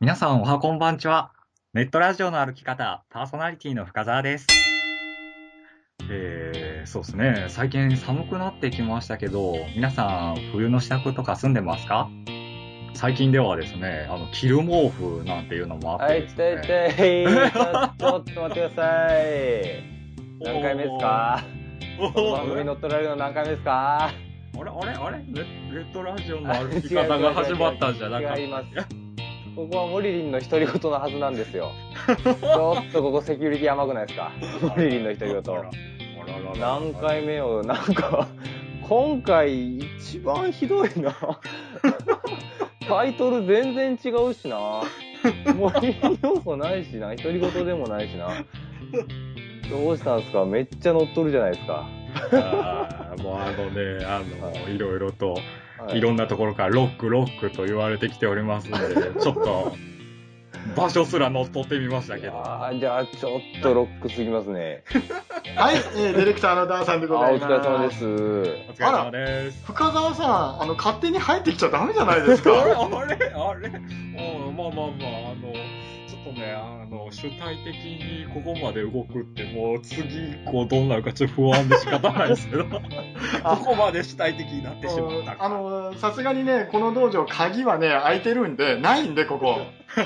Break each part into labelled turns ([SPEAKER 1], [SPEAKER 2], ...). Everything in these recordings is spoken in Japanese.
[SPEAKER 1] 皆さん、おはこんばんちは。ネットラジオの歩き方、パーソナリティの深澤です。えー、そうですね。最近寒くなってきましたけど、皆さん、冬の支度とか済んでますか最近ではですね、あの、着る毛布なんていうのもあっ
[SPEAKER 2] は
[SPEAKER 1] て
[SPEAKER 2] い、
[SPEAKER 1] で
[SPEAKER 2] 来
[SPEAKER 1] す
[SPEAKER 2] た
[SPEAKER 1] ね。
[SPEAKER 2] いたい。ちょちょっと待ってください。何回目ですか
[SPEAKER 1] お
[SPEAKER 2] この番
[SPEAKER 1] ー
[SPEAKER 2] 組乗っ取られるの何回目ですか
[SPEAKER 1] あれあれあれネネットラジオの歩き方が始まったんじゃなかっ
[SPEAKER 2] 違います。ここはモリリンの独り言のはずなんですよ。ちょっとここセキュリティ甘くないですか
[SPEAKER 1] た
[SPEAKER 2] モリリンの独り
[SPEAKER 1] あら
[SPEAKER 2] 言。
[SPEAKER 1] あらららら
[SPEAKER 2] 何回目よ、なんか、今回一番ひどいな。タイトル全然違うしな。モリリン要素ないしな。独り言でもないしな。どうしたんですかめっちゃ乗っ取るじゃないですか。
[SPEAKER 1] あーもうあのね、あの、いろいろと、
[SPEAKER 2] はい
[SPEAKER 1] ろんなところからロックロックと言われてきており ますんで、ちょっと、場所すら乗っ取ってみましたけど。
[SPEAKER 2] あーじゃあ、ちょっとロックすぎますね。
[SPEAKER 3] はい、えーディレクターのダーさんで
[SPEAKER 2] あ
[SPEAKER 3] ござ
[SPEAKER 2] ーお
[SPEAKER 3] います。
[SPEAKER 2] 疲れ様で
[SPEAKER 1] お疲れ様です。
[SPEAKER 3] 深澤さん、あの、勝手に入ってきちゃダメじゃないです
[SPEAKER 1] あ れ
[SPEAKER 3] か。
[SPEAKER 1] あ れあれうん、まあまあまあ、あの、ちょっとね、あの、主体的にここまで動くって、もう次以降どうなるかちょっと不安で仕方ないですけ ど、ここまで主体的になってしまったか。
[SPEAKER 3] あの、さすがにね、この道場、鍵はね、開いてるんで、ないんで、ここ。
[SPEAKER 2] す。い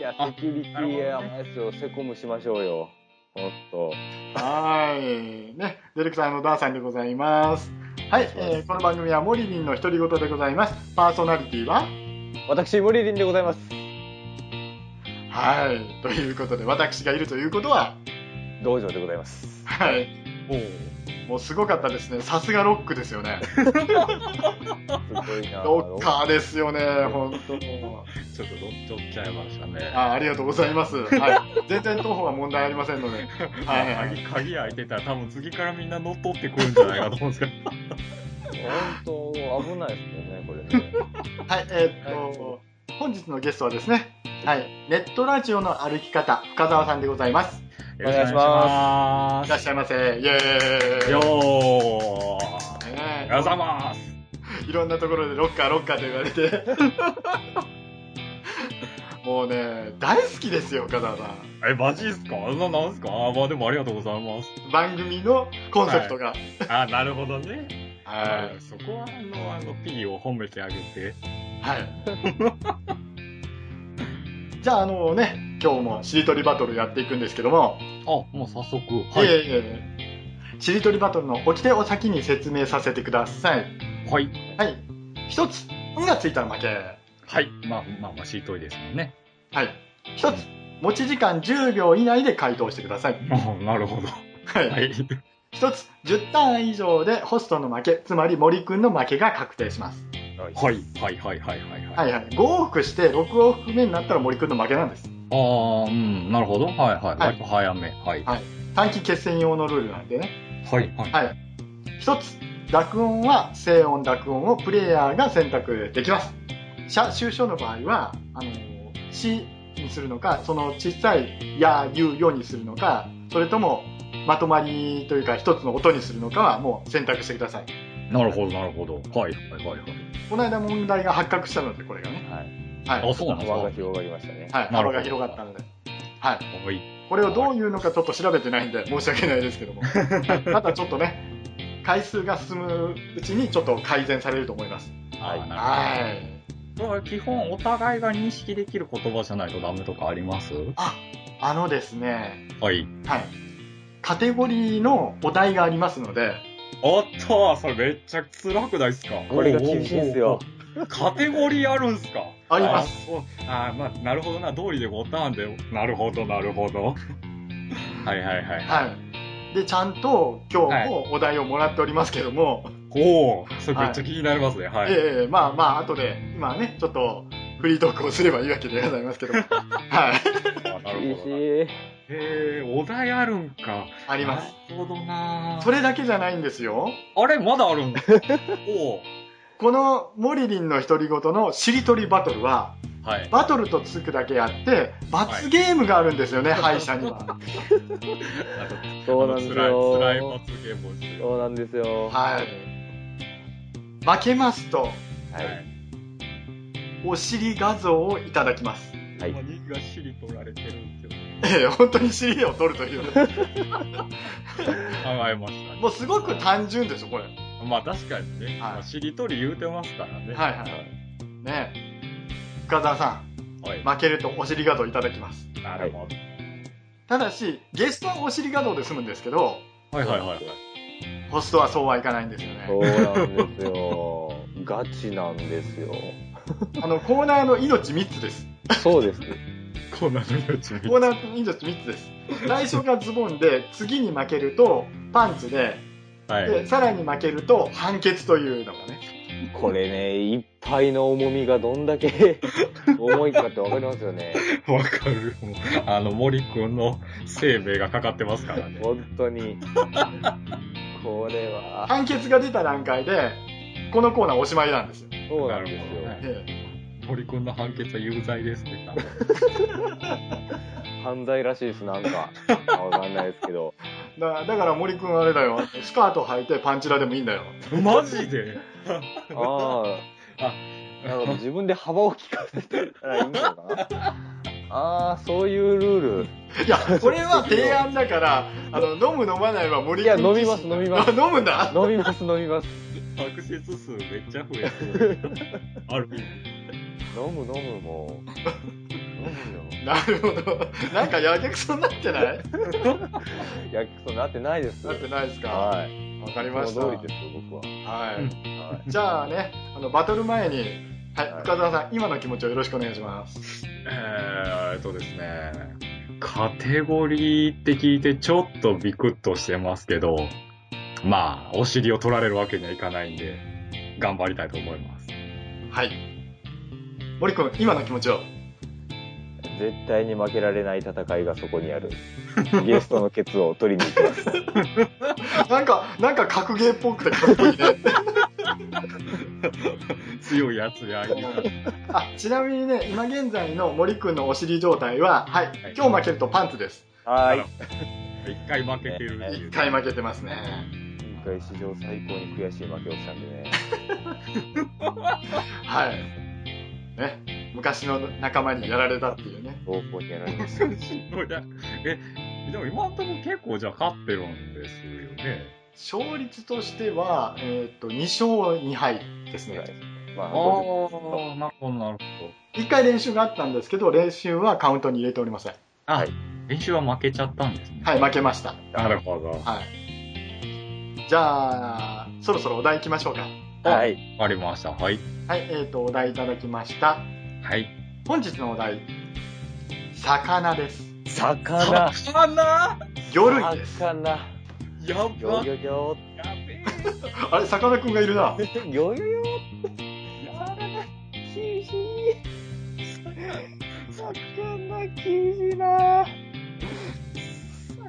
[SPEAKER 2] や、セキュリティ甘いですよ。セコムしましょうよ。ほんと。
[SPEAKER 3] はーい。ね、ディレクターのダーさんでございます。はい、えーこの番組はモリリンの独り言でございます。パーソナリティは
[SPEAKER 2] 私、モリリンでございます。
[SPEAKER 3] はい。ということで、私がいるということは、
[SPEAKER 2] 道場でございます。
[SPEAKER 3] はい。
[SPEAKER 1] おう
[SPEAKER 3] もうすごかったですね。さすがロックです よね。
[SPEAKER 2] すごいな。
[SPEAKER 3] ロッカーですよね、本当
[SPEAKER 1] ちょっと乗っちゃいましたね。
[SPEAKER 3] あありがとうござい ます。はい、全然当方は問題ありませんので。はいはい
[SPEAKER 1] 鍵鍵開いてたら多分次からみんな乗っ取ってくるんじゃないかと思うんですけど。
[SPEAKER 2] 本当危ないですよね、これね。
[SPEAKER 3] はい、えーっと、本日のゲストはですね、はい、ネットラジオの歩き方、深澤さんでございます。
[SPEAKER 2] お願いしま
[SPEAKER 1] お願い
[SPEAKER 3] い
[SPEAKER 1] しま
[SPEAKER 3] らっしゃいませ。イエー
[SPEAKER 1] す。
[SPEAKER 3] イ。
[SPEAKER 1] よー。
[SPEAKER 3] ね
[SPEAKER 1] おはようございます。
[SPEAKER 3] いろんなところでロッカーロッカーと言われて。 もうね、大好きですよ、深澤さん。
[SPEAKER 1] え、マジっすかな、なんすかあ、まあでもありがとうございます。
[SPEAKER 3] 番組のコンセプトが。
[SPEAKER 1] あ、なるほどね。
[SPEAKER 3] は
[SPEAKER 1] そこは、あの、あの、P を褒めてあげて。
[SPEAKER 3] い。 はい。じゃあ、あのね、今日もしりとりバトルやっていくんですけども、
[SPEAKER 1] あ、もう早速。
[SPEAKER 3] はい、
[SPEAKER 1] はい。
[SPEAKER 3] しりとりバトルの掟を先に説明させてください。
[SPEAKER 1] はい。
[SPEAKER 3] はい。一つ、んがついたら負け。は
[SPEAKER 1] はい。まあ、まあ、まあ、しりとりですもんね。
[SPEAKER 3] い。一つ、持ち時間10秒以内で回答してください。
[SPEAKER 1] あなるほど。
[SPEAKER 3] は。
[SPEAKER 1] はいい。
[SPEAKER 3] 一、つ、10ターン以上でホストの負け、つまり森くんの負けが確定します。
[SPEAKER 1] はい。はい。はい。はい。はい。
[SPEAKER 3] は
[SPEAKER 1] はい。
[SPEAKER 3] いはい。5往復して6往復目になったら森くんの負けなんです。
[SPEAKER 1] ああ、うん。なるほど。はい。はい。割と早め。はい。
[SPEAKER 3] はい短期決戦用のルールなんでね。
[SPEAKER 1] はい。はい。
[SPEAKER 3] はい。一つ、濁音は静音濁音をプレイヤーが選択できます。社、終章の場合は、あの、しにするのか、その小さいや、ゆう、よにするのか、それとも、まとまりというか一つの音にするのかはもう選択してください。
[SPEAKER 1] なるほど、なるほど。はい。はい。はい。はい。
[SPEAKER 3] この間問題が発覚したので、これがね。
[SPEAKER 2] はい。
[SPEAKER 3] はい。
[SPEAKER 1] あ、そうなんですか
[SPEAKER 2] 輪が広がりましたね。
[SPEAKER 3] はい。
[SPEAKER 1] なるほど
[SPEAKER 3] 幅が広がったので。はい。
[SPEAKER 1] はい。
[SPEAKER 3] これをどういうのかちょっと調べてないんで申し訳ないですけど もただちょっとね回数が進むうちにちょっと改善されると思います
[SPEAKER 1] はい。なるほどこ
[SPEAKER 3] はい
[SPEAKER 1] れは基本お互いが認識できる言葉じゃないとダメとかあります
[SPEAKER 3] ああのですね
[SPEAKER 1] はい。
[SPEAKER 3] はいカテゴリーのお題がありますので
[SPEAKER 1] おっとそれめっちゃ辛くないっすか
[SPEAKER 2] これが厳しいんすよ。
[SPEAKER 1] おおおおカテゴリーあるんすか
[SPEAKER 3] あります。
[SPEAKER 1] あ、そうあまあ、なるほどな。通りで5ターンで。なるほど、なるほど。 はいはいはい。
[SPEAKER 3] はいでちゃんと今日もお題をもらっておりますけども、
[SPEAKER 1] おおそれめっちゃ気になりますね。はい。
[SPEAKER 3] ええまあまあ後で今ねちょっとフリートークをすればいいわけでございます けどもはい
[SPEAKER 1] あなる
[SPEAKER 2] 厳し
[SPEAKER 1] ほどな。
[SPEAKER 2] い。
[SPEAKER 1] えー、お題あるんか。
[SPEAKER 3] あります。
[SPEAKER 1] なるほどな。
[SPEAKER 3] それだけじゃないんですよ
[SPEAKER 1] あれまだある んだ。おお
[SPEAKER 3] このモリリンの独り言のしりとりバトルは
[SPEAKER 1] はい。
[SPEAKER 3] バトルとつくだけあって罰ゲームがあるんですよね、敗者には
[SPEAKER 2] そうなんですよ。
[SPEAKER 1] 辛い、辛い罰ゲームをしてる
[SPEAKER 2] そうなんですよ。
[SPEAKER 3] はい負けますと
[SPEAKER 2] はい。
[SPEAKER 3] お尻画像をいただきます
[SPEAKER 2] う
[SPEAKER 1] ほんまにがっしり取られてるんですよ。
[SPEAKER 3] ええ、本当に尻を取るという。
[SPEAKER 1] 考えましたね。
[SPEAKER 3] もうすごく単純でしょ、これ。はい
[SPEAKER 1] まあ確かにね、まあしりとり言うてますからね。
[SPEAKER 3] はいはい。ねえ。深澤さ
[SPEAKER 1] はい
[SPEAKER 3] ん、負けるとお尻画像いただきます。
[SPEAKER 1] なるほど。
[SPEAKER 3] ただし、ゲストはお尻画像で済むんですけど、
[SPEAKER 1] はいはいはいはい。
[SPEAKER 3] ホストはそうはいかないんですよね。
[SPEAKER 2] そうなんですよ。ガチなんですよ。
[SPEAKER 3] あの、コーナーの命3つです。
[SPEAKER 2] そうです。
[SPEAKER 1] こんなのやつ見て
[SPEAKER 3] コーナーの命3つです。最初がズボンで、次に負けるとパンツで、
[SPEAKER 1] はい。
[SPEAKER 3] で、さらに負けると判決というのがね。
[SPEAKER 2] これね、一杯の重みがどんだ け重いかってわかりますよね。
[SPEAKER 1] わかる。もうあの、森くんの生命がかかってますからね。
[SPEAKER 2] 本当に。これは、
[SPEAKER 3] 判決が出た段階で、このコーナーおしまいなんですよ。
[SPEAKER 2] そうなんですよ。
[SPEAKER 1] なる
[SPEAKER 3] ええ
[SPEAKER 1] 森くんの判決は有罪ですって言った
[SPEAKER 2] 犯罪らしいです、なんか。わかんないですけ ど。
[SPEAKER 3] だだから森くんあれだよ。スカート履いてパンチラでもいいんだよ。
[SPEAKER 1] のマジで
[SPEAKER 2] ああ、なるほど。自分で幅を利かせてたらいいのかな。ああ、そういうルー
[SPEAKER 3] いや、これは提案だから、あの、飲む飲まないは森
[SPEAKER 2] ル。い
[SPEAKER 3] くん
[SPEAKER 2] や、
[SPEAKER 3] 自身。
[SPEAKER 2] 飲みます、飲みま
[SPEAKER 3] あ飲むんだ
[SPEAKER 2] す。飲みます、飲みます。
[SPEAKER 1] アクセス数めっちゃ増えそう。ある意味。
[SPEAKER 2] 飲む、飲む、 もう。飲むよ。
[SPEAKER 3] なるほど。なんかやけくそになってない
[SPEAKER 2] いや、そうなってないです。
[SPEAKER 3] なってないですかわ
[SPEAKER 2] はい。
[SPEAKER 3] かりました。
[SPEAKER 2] その
[SPEAKER 3] は
[SPEAKER 2] 通りです、僕は。
[SPEAKER 1] う
[SPEAKER 3] い。
[SPEAKER 2] はい。
[SPEAKER 3] じゃあね、あの、バトル前に、はい
[SPEAKER 2] はい、
[SPEAKER 3] 深澤さん、今の気持ちをよろしくお願いします。
[SPEAKER 1] えーっとですね。カテゴリーって聞いてちょっとビクッとしてますけど、まあ、お尻を取られるわけにはいかないんで、頑張りたいと思います。
[SPEAKER 3] はい。森くん、今の気持ちを。
[SPEAKER 2] 絶対に負けられない戦いがそこにある。ゲストのケツを取りに 行きます。
[SPEAKER 3] なんか、なんか格ゲーっぽくてかっこいいね。
[SPEAKER 1] 強いやつやり方
[SPEAKER 3] あちなみにね今現在の森くんのお尻状態ははい、
[SPEAKER 1] い
[SPEAKER 3] 今日負けるとパンツです
[SPEAKER 2] は
[SPEAKER 1] なる
[SPEAKER 2] ー
[SPEAKER 1] 一回負けてるってい
[SPEAKER 3] 一
[SPEAKER 1] う。
[SPEAKER 3] 回負けてますね
[SPEAKER 2] い。今回史上最高に悔しい負けをしたんでね。
[SPEAKER 3] はいね昔の仲間にやられたっていうね
[SPEAKER 2] 暴行にやられました。
[SPEAKER 1] え、でも今んとこ結構じゃあ勝ってるんですよね。
[SPEAKER 3] 勝率としては、えー、と2勝2敗ですね
[SPEAKER 2] まあ、
[SPEAKER 1] ああ、なるほど、なるほど。
[SPEAKER 3] 一回練習があったんですけど練習はカウントに入れておりません
[SPEAKER 1] あ、
[SPEAKER 2] はい
[SPEAKER 1] 練習は負けちゃったんですね。
[SPEAKER 3] はい負けました
[SPEAKER 1] なるほど。
[SPEAKER 3] はいじゃあそろそろお題いきましょうか
[SPEAKER 2] はい。
[SPEAKER 1] わかりました。はい。
[SPEAKER 3] はいえっ、とお題いただきました
[SPEAKER 1] はい。
[SPEAKER 3] 本日のお題魚です
[SPEAKER 2] 魚。
[SPEAKER 1] 魚
[SPEAKER 3] 魚類です
[SPEAKER 2] 魚。
[SPEAKER 1] や
[SPEAKER 2] ぎょ
[SPEAKER 1] ば
[SPEAKER 2] ぎょぎょ。
[SPEAKER 1] やべえ
[SPEAKER 3] あれ、さかなクンがいるな。
[SPEAKER 2] ぎょぎょぎょ。厳しい。魚厳しいな。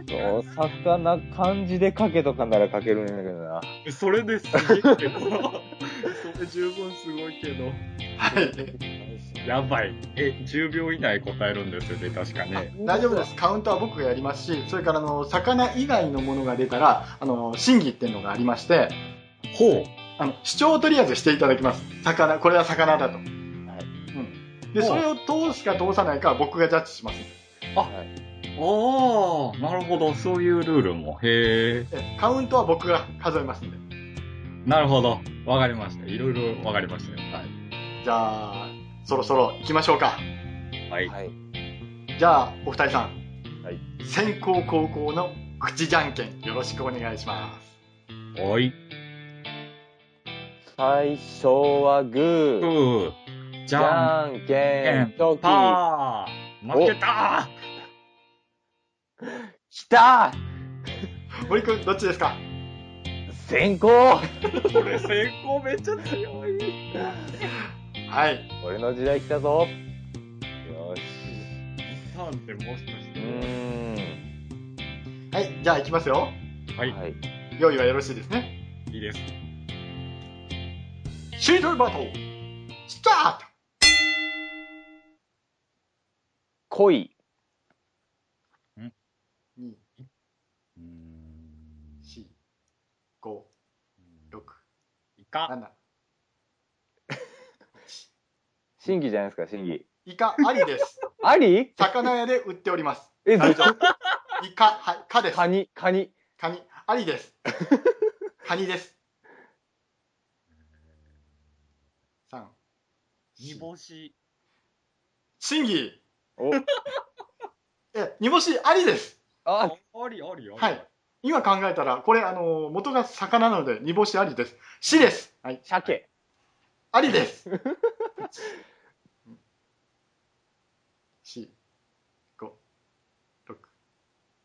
[SPEAKER 2] そう魚漢字で書けとかなら書けるんだけどな。
[SPEAKER 1] それですげえけど。それ十分すごいけど。
[SPEAKER 3] はい。
[SPEAKER 1] やばい。え、10秒以内答えるんですよね、確かね。
[SPEAKER 3] 大丈夫です。カウントは僕がやりますし、それから、あの、魚以外のものが出たら、あの、審議っていうのがありまして、
[SPEAKER 1] ほう。
[SPEAKER 3] あの、主張をとりあえずしていただきます。魚、これは魚だと。はい。うん。で、
[SPEAKER 1] ほ
[SPEAKER 3] そうれを通すか通さないかは僕がジャッジします。
[SPEAKER 1] ああ、なるほど。そういうルールも。へえ。
[SPEAKER 3] えカウントは僕が数えますんで。
[SPEAKER 1] なるほど。わかりました。いろいろわかりましたよ。はい。
[SPEAKER 3] じゃあ、そろそろ行きましょうか。
[SPEAKER 1] はい。
[SPEAKER 2] はい。
[SPEAKER 3] じゃあ、お二人さん。
[SPEAKER 2] はい。
[SPEAKER 3] 先攻後攻の口じゃんけん、よろしくお願いします。
[SPEAKER 1] おい。
[SPEAKER 2] 最初はグ
[SPEAKER 1] う
[SPEAKER 2] ー。
[SPEAKER 1] ー。じ
[SPEAKER 2] じ
[SPEAKER 1] ゃん。
[SPEAKER 2] ゃんけん、ドキ。
[SPEAKER 1] パー。負けた
[SPEAKER 2] きた
[SPEAKER 3] 森くん、どっちですか
[SPEAKER 2] 先行
[SPEAKER 1] ーこれ成功めっちゃ強い。
[SPEAKER 3] はい。
[SPEAKER 2] 俺の時代来たぞ。よし。
[SPEAKER 1] さんってもしかし
[SPEAKER 2] う
[SPEAKER 1] て。
[SPEAKER 2] ーん。
[SPEAKER 3] はい。じゃあ、行きますよ。
[SPEAKER 1] はい。
[SPEAKER 2] はい。
[SPEAKER 3] 用意はよろしいですね。
[SPEAKER 1] いいです。
[SPEAKER 3] シートルバトル、スタート
[SPEAKER 2] 恋。
[SPEAKER 3] !2、
[SPEAKER 1] うーん。
[SPEAKER 3] 4、5、6、
[SPEAKER 1] イカ。
[SPEAKER 3] 7。
[SPEAKER 2] 審議じゃないですか、審議。
[SPEAKER 3] イカありです。
[SPEAKER 2] あり
[SPEAKER 3] 魚屋で売っております。
[SPEAKER 2] え、
[SPEAKER 3] 大
[SPEAKER 2] ず
[SPEAKER 3] 丈夫。イカ、はい、カです
[SPEAKER 2] カ。ニ、カニ。
[SPEAKER 3] カニ。あり です。カニです。三。
[SPEAKER 1] 煮干し。
[SPEAKER 3] 審議。
[SPEAKER 2] お、
[SPEAKER 3] え、煮干しありです。
[SPEAKER 1] あ
[SPEAKER 2] あ、
[SPEAKER 1] ありありあり。
[SPEAKER 3] はい。今考えたら、これ、あの、元が魚なので、煮干しありです。死です。はい。
[SPEAKER 2] 鮭。
[SPEAKER 3] ありです。四、五、六、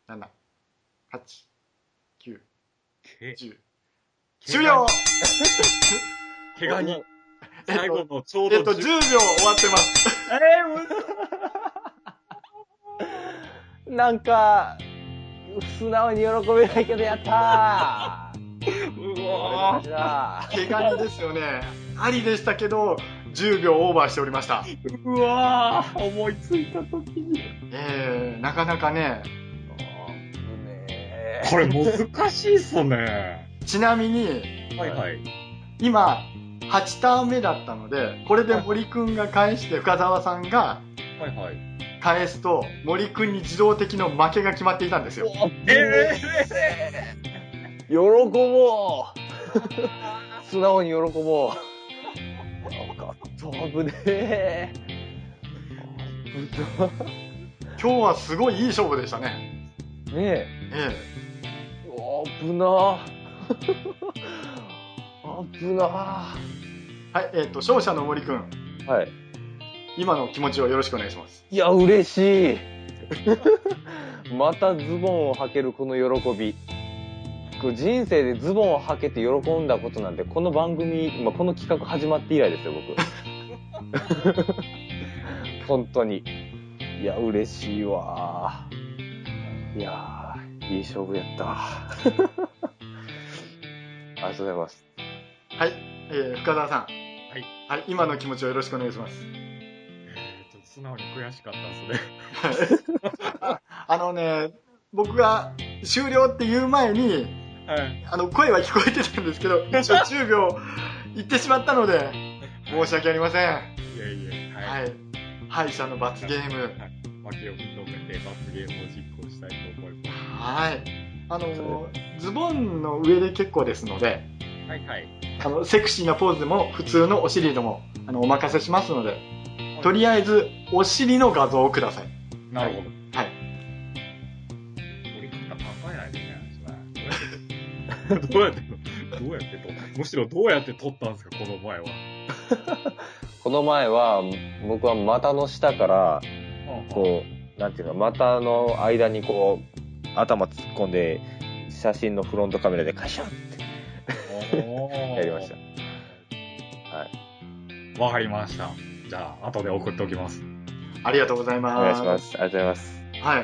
[SPEAKER 3] 七、八、九、
[SPEAKER 1] け
[SPEAKER 3] 十。終了
[SPEAKER 1] 毛ガニ。
[SPEAKER 3] えっと
[SPEAKER 1] 最後のちょう
[SPEAKER 3] えっ
[SPEAKER 1] ど
[SPEAKER 3] と、10
[SPEAKER 1] 十
[SPEAKER 3] 秒終わってます。
[SPEAKER 1] えー、むず
[SPEAKER 2] なんか、素直に喜べないけど、やったー
[SPEAKER 1] いう
[SPEAKER 2] わ
[SPEAKER 1] わー
[SPEAKER 2] ー
[SPEAKER 3] 毛ガニですよね。ありでしたけど、10秒オーバーしておりました。
[SPEAKER 1] うわー思いついたときに。
[SPEAKER 3] えー、なかなかね、
[SPEAKER 2] ね
[SPEAKER 1] これ難しいっすね。
[SPEAKER 3] ちなみに、
[SPEAKER 1] はいはい。
[SPEAKER 3] 今、8ターン目だったので、これで森くんが返して、深澤さんが
[SPEAKER 1] はいはい。
[SPEAKER 3] 返すと、森くんに自動的の負けが決まっていたんですよ。
[SPEAKER 1] ええ。
[SPEAKER 2] 喜 ぼう素直に喜ぼうよかった危ねえ危
[SPEAKER 3] 今日はすごいいい勝負でしたね。
[SPEAKER 2] なね
[SPEAKER 3] え
[SPEAKER 2] えうわ危 な危な
[SPEAKER 3] えはい、えっ、と、勝者の森くん、
[SPEAKER 2] はい
[SPEAKER 3] 今の気持ちをよろしくお願いします。
[SPEAKER 2] いや嬉しい またズボンを履けるこの喜びこう人生でズボンを履けて喜んだことなんてこの番組、まあ、この企画始まって以来ですよ僕本当にいや嬉しいわいやーいい勝負やった ありがとうございます
[SPEAKER 3] はい、えー深澤さん。はいはい、今の気持ちをよろしくお願いします。
[SPEAKER 1] ー。ちょっと素直に悔しかったですね。
[SPEAKER 3] あのね、僕が終了って言う前に、
[SPEAKER 1] はい。
[SPEAKER 3] あの、声は聞こえてたんですけど、一応10秒いってしまったので、申し訳ありません。
[SPEAKER 1] いえいえ、はい。
[SPEAKER 3] はい。敗者の罰ゲーム。
[SPEAKER 1] 負けを認めて罰ゲームを実行したいと思いま
[SPEAKER 3] はい。あの、ズボンの上で結構ですので、
[SPEAKER 1] す。はいはい。
[SPEAKER 3] あの、セクシーなポーズでも、普通のお尻でも、あの、お任せしますので、とりあえず、お尻の画像をください。
[SPEAKER 1] なるほど。
[SPEAKER 3] はい。
[SPEAKER 1] 俺なんか考えないでね、それどうやって、どうやってと、むしろどうやって撮ったんですか、この前は。
[SPEAKER 2] この前は僕は股の下からこう、なんていうの、股の間にこう、頭突っ込んで、写真のフロントカメラでカシャンっ
[SPEAKER 1] う
[SPEAKER 2] てやりました。。
[SPEAKER 1] わかりました。じゃあ、後で送っておきます。
[SPEAKER 3] ありがとうございます。
[SPEAKER 2] お願いします。ありがとうございます。
[SPEAKER 3] はい。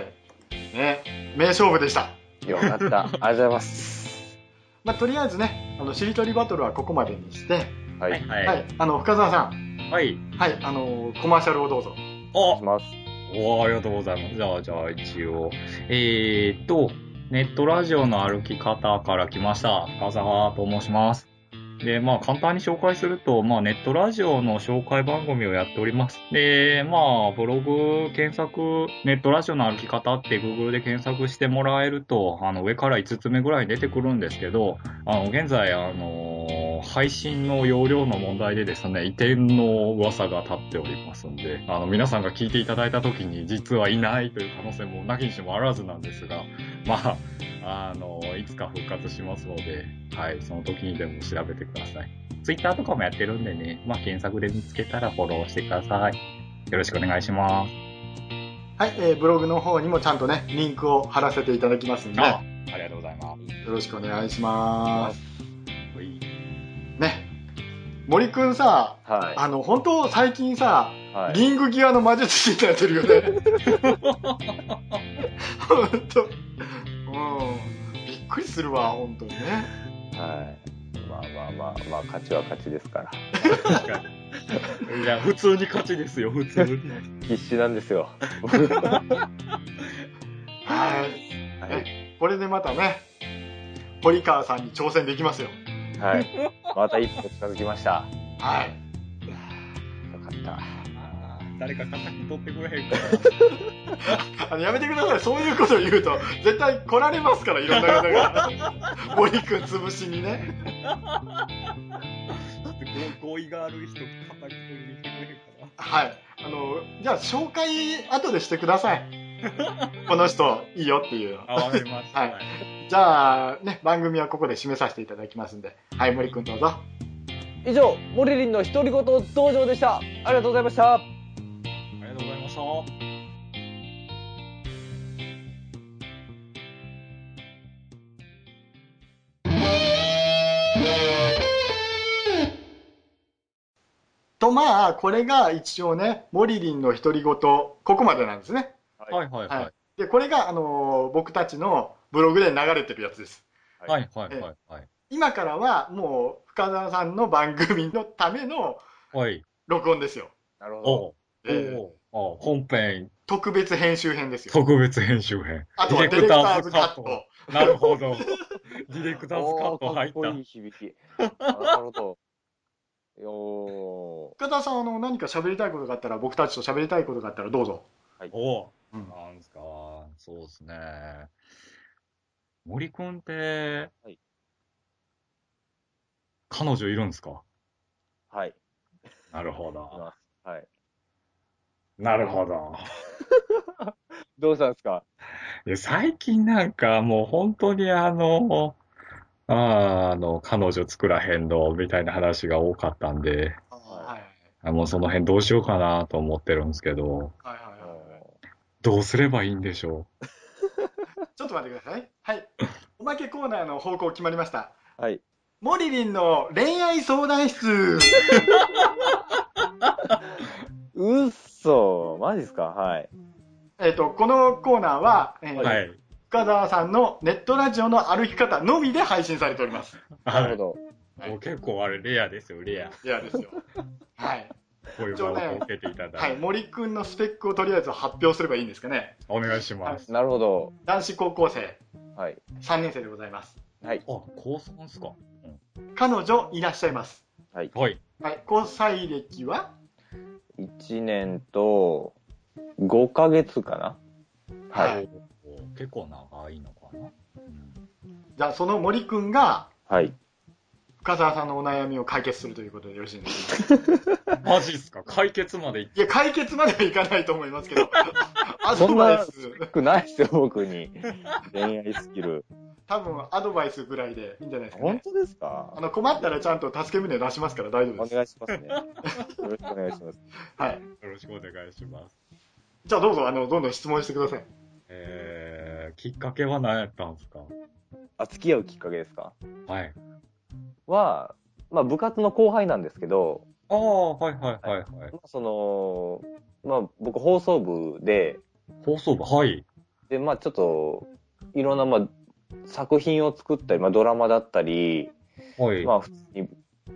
[SPEAKER 3] ね、名勝負でした。
[SPEAKER 2] よかった。ありがとうございます。
[SPEAKER 3] まあ、とりあえずね、あの、しりとりバトルはここまでにして、
[SPEAKER 2] はい。お願
[SPEAKER 1] は。
[SPEAKER 3] はいい、あの、深澤さん、
[SPEAKER 1] はい。
[SPEAKER 3] はい、あの、コマーシャルをどうぞ。
[SPEAKER 1] あ
[SPEAKER 2] いします。
[SPEAKER 1] おーありがとうございます。じゃあ、じゃあ、一応。えーっと、ネットラジオの歩き方から来ました。深澤と申します。で、まあ、簡単に紹介すると、まあ、ネットラジオの紹介番組をやっております。で、まあ、ブログ検索、ネットラジオの歩き方って Google で検索してもらえると、あの、上から5つ目ぐらいに出てくるんですけど、あの、現在、あのー配信の容量の問題でですね、移転の噂が立っておりますんで、あの、皆さんが聞いていただいた時に実はいないという可能性もなきにしもあらずなんですが、 まあ、あのいつか復活しますので、はい、その時にでも調べてください。Twitter とかもやってるんでね、まあ、検索で見つけたらフォローしてください。よろしくお願いします。
[SPEAKER 3] はい、えーブログの方にもちゃんとね、リンクを貼らせていただきますんで、
[SPEAKER 1] あ
[SPEAKER 3] よ
[SPEAKER 1] ありがとうございます。
[SPEAKER 3] ろしくお願いします。
[SPEAKER 1] ほい
[SPEAKER 3] ね、森くんさ、
[SPEAKER 2] は
[SPEAKER 3] あの、本当最近さ、
[SPEAKER 2] い。はい。
[SPEAKER 3] リング際の魔術師になってるよね。本当。うん。びっくりするわ、本当にね。
[SPEAKER 2] はい。まあまあまあ、まあ、勝ちは勝ちですから。
[SPEAKER 1] いや、普通に勝ちですよ、普通に。
[SPEAKER 2] 必死なんです よ。
[SPEAKER 3] はい。
[SPEAKER 2] はい。
[SPEAKER 3] これでまたね、堀川さんに挑戦できますよ。
[SPEAKER 2] はい。また一歩近づきました。
[SPEAKER 3] はい。
[SPEAKER 2] よかった。
[SPEAKER 1] あー誰か叩き取ってくれへんか
[SPEAKER 3] あのやめてくださいそういうことを言うと絶対来られますからいろんな方が森君潰しにね
[SPEAKER 1] ら。ってご合意がある人叩き取りに来てくれへんか
[SPEAKER 3] はいあのじゃあ紹介後でしてくださいこの人いいよっていうの
[SPEAKER 1] な。あわかりました。
[SPEAKER 3] はいじゃあね番組はここで締めさせていただきますんではい森君どうぞ
[SPEAKER 2] 以上、モリリンの独り言道場でした。ありがとうございました。
[SPEAKER 1] ありがとうございました。
[SPEAKER 3] とまあこれが一応ねモリリンの独り言ここまでなんですね
[SPEAKER 1] はいはいはい。
[SPEAKER 3] でこれが、あのー僕たちのブログで流れてるやつです
[SPEAKER 1] はいはいはいはい。
[SPEAKER 3] 今からはもう深澤さんの番組のための
[SPEAKER 1] はい。
[SPEAKER 3] 録音ですよ、
[SPEAKER 2] なるほど。
[SPEAKER 1] おう。
[SPEAKER 3] えー
[SPEAKER 1] おうおう本編
[SPEAKER 3] 特別編集編ですよ
[SPEAKER 1] 特別編集編。
[SPEAKER 3] あとはディレクターズカ
[SPEAKER 1] デ
[SPEAKER 3] ッ
[SPEAKER 1] ィレクターズカ
[SPEAKER 3] ト
[SPEAKER 1] なるほど。ディレクターズカット
[SPEAKER 2] おーか
[SPEAKER 1] 入
[SPEAKER 2] っ
[SPEAKER 1] っ
[SPEAKER 2] こいい響き。なるほど。 お
[SPEAKER 3] 深澤さんあの何か喋りたいことがあったら僕たちと喋りたいことがあったらどうぞ
[SPEAKER 1] た。おう。
[SPEAKER 3] うん
[SPEAKER 1] なんですか。そうですね。森くんって、
[SPEAKER 2] はい
[SPEAKER 1] 彼女いるんですか
[SPEAKER 2] ーはい。
[SPEAKER 1] なるほ
[SPEAKER 2] い
[SPEAKER 1] ど。
[SPEAKER 2] ますはい。
[SPEAKER 1] なるほど。
[SPEAKER 2] どうしたんですか
[SPEAKER 1] いや、最近なんかもう本当にあの、あーあの、彼女作らへんの、みたいな話が多かったんで、
[SPEAKER 3] はい
[SPEAKER 1] あもうその辺どうしようかなと思ってるんですけど、
[SPEAKER 3] はい
[SPEAKER 2] お
[SPEAKER 3] はいはい
[SPEAKER 2] ー
[SPEAKER 1] どうすればいいんでしょ
[SPEAKER 3] ちょっと待ってくださいはいおまけコーナーの方向決まりました
[SPEAKER 2] はい。
[SPEAKER 3] モリリンの恋愛相談室
[SPEAKER 2] うっそマジですかはい。
[SPEAKER 3] えっとこのコーナーは、えー
[SPEAKER 1] う。はい。
[SPEAKER 3] 深澤さんのネットラジオの歩き方のみで配信されております
[SPEAKER 2] なる
[SPEAKER 1] は
[SPEAKER 2] ほ
[SPEAKER 1] い。もう結構あれレアですよ、レア。
[SPEAKER 3] いやですよはい
[SPEAKER 1] こういう場を設けていただ
[SPEAKER 3] はいい、
[SPEAKER 1] て。
[SPEAKER 3] 森くんのスペックをとりあえず発表すればいいんですかね。
[SPEAKER 1] お願いします。
[SPEAKER 2] ど。なるほど。
[SPEAKER 3] 男子高校生、
[SPEAKER 2] はい。
[SPEAKER 3] 3年生でございます。
[SPEAKER 1] あ、高三ですか
[SPEAKER 3] 彼女いらっしゃいます。
[SPEAKER 1] はい。
[SPEAKER 3] はい、交際歴は
[SPEAKER 2] 1年と5ヶ月かなはい。
[SPEAKER 3] い。
[SPEAKER 1] お結構長いのかな
[SPEAKER 3] じゃあ、その森くんが、
[SPEAKER 2] はい。
[SPEAKER 3] 深澤さんのお悩みを解決するということでよろしいですか
[SPEAKER 1] マジっすか 解決までい
[SPEAKER 3] いや、解決まではいかないと思います けど、ア
[SPEAKER 2] そ
[SPEAKER 3] ド
[SPEAKER 2] ん
[SPEAKER 3] バ
[SPEAKER 2] な
[SPEAKER 3] イ
[SPEAKER 2] ス
[SPEAKER 3] ス、
[SPEAKER 2] ペックないですよ、僕に。恋愛スキ ル。
[SPEAKER 3] 多分アドバイスぐらいでいいんじゃないですか
[SPEAKER 2] 本
[SPEAKER 3] ね。
[SPEAKER 2] 当です
[SPEAKER 3] あ
[SPEAKER 2] か
[SPEAKER 3] の困ったらちゃんと助け舟出しますから大丈夫
[SPEAKER 2] お
[SPEAKER 3] です。
[SPEAKER 2] 願いしますね。よろしくお願いします。
[SPEAKER 3] はい。
[SPEAKER 1] よろしくお願いします。
[SPEAKER 3] じゃあどうぞ、あの、どんどん質問してください。
[SPEAKER 1] えー、きっかけは何やったんですか
[SPEAKER 2] あ、付き合うきっかけですか
[SPEAKER 1] はい。
[SPEAKER 2] は、まあ部活の後輩なんですけど、
[SPEAKER 1] ああ、はいはいはいはい。
[SPEAKER 2] まあその、まあ僕放送部で、
[SPEAKER 1] 放送部、はい。
[SPEAKER 2] で、まあちょっと、いろんな、まあ、作品を作ったり、まあドラマだったり、
[SPEAKER 1] はい。
[SPEAKER 2] まあ普通に、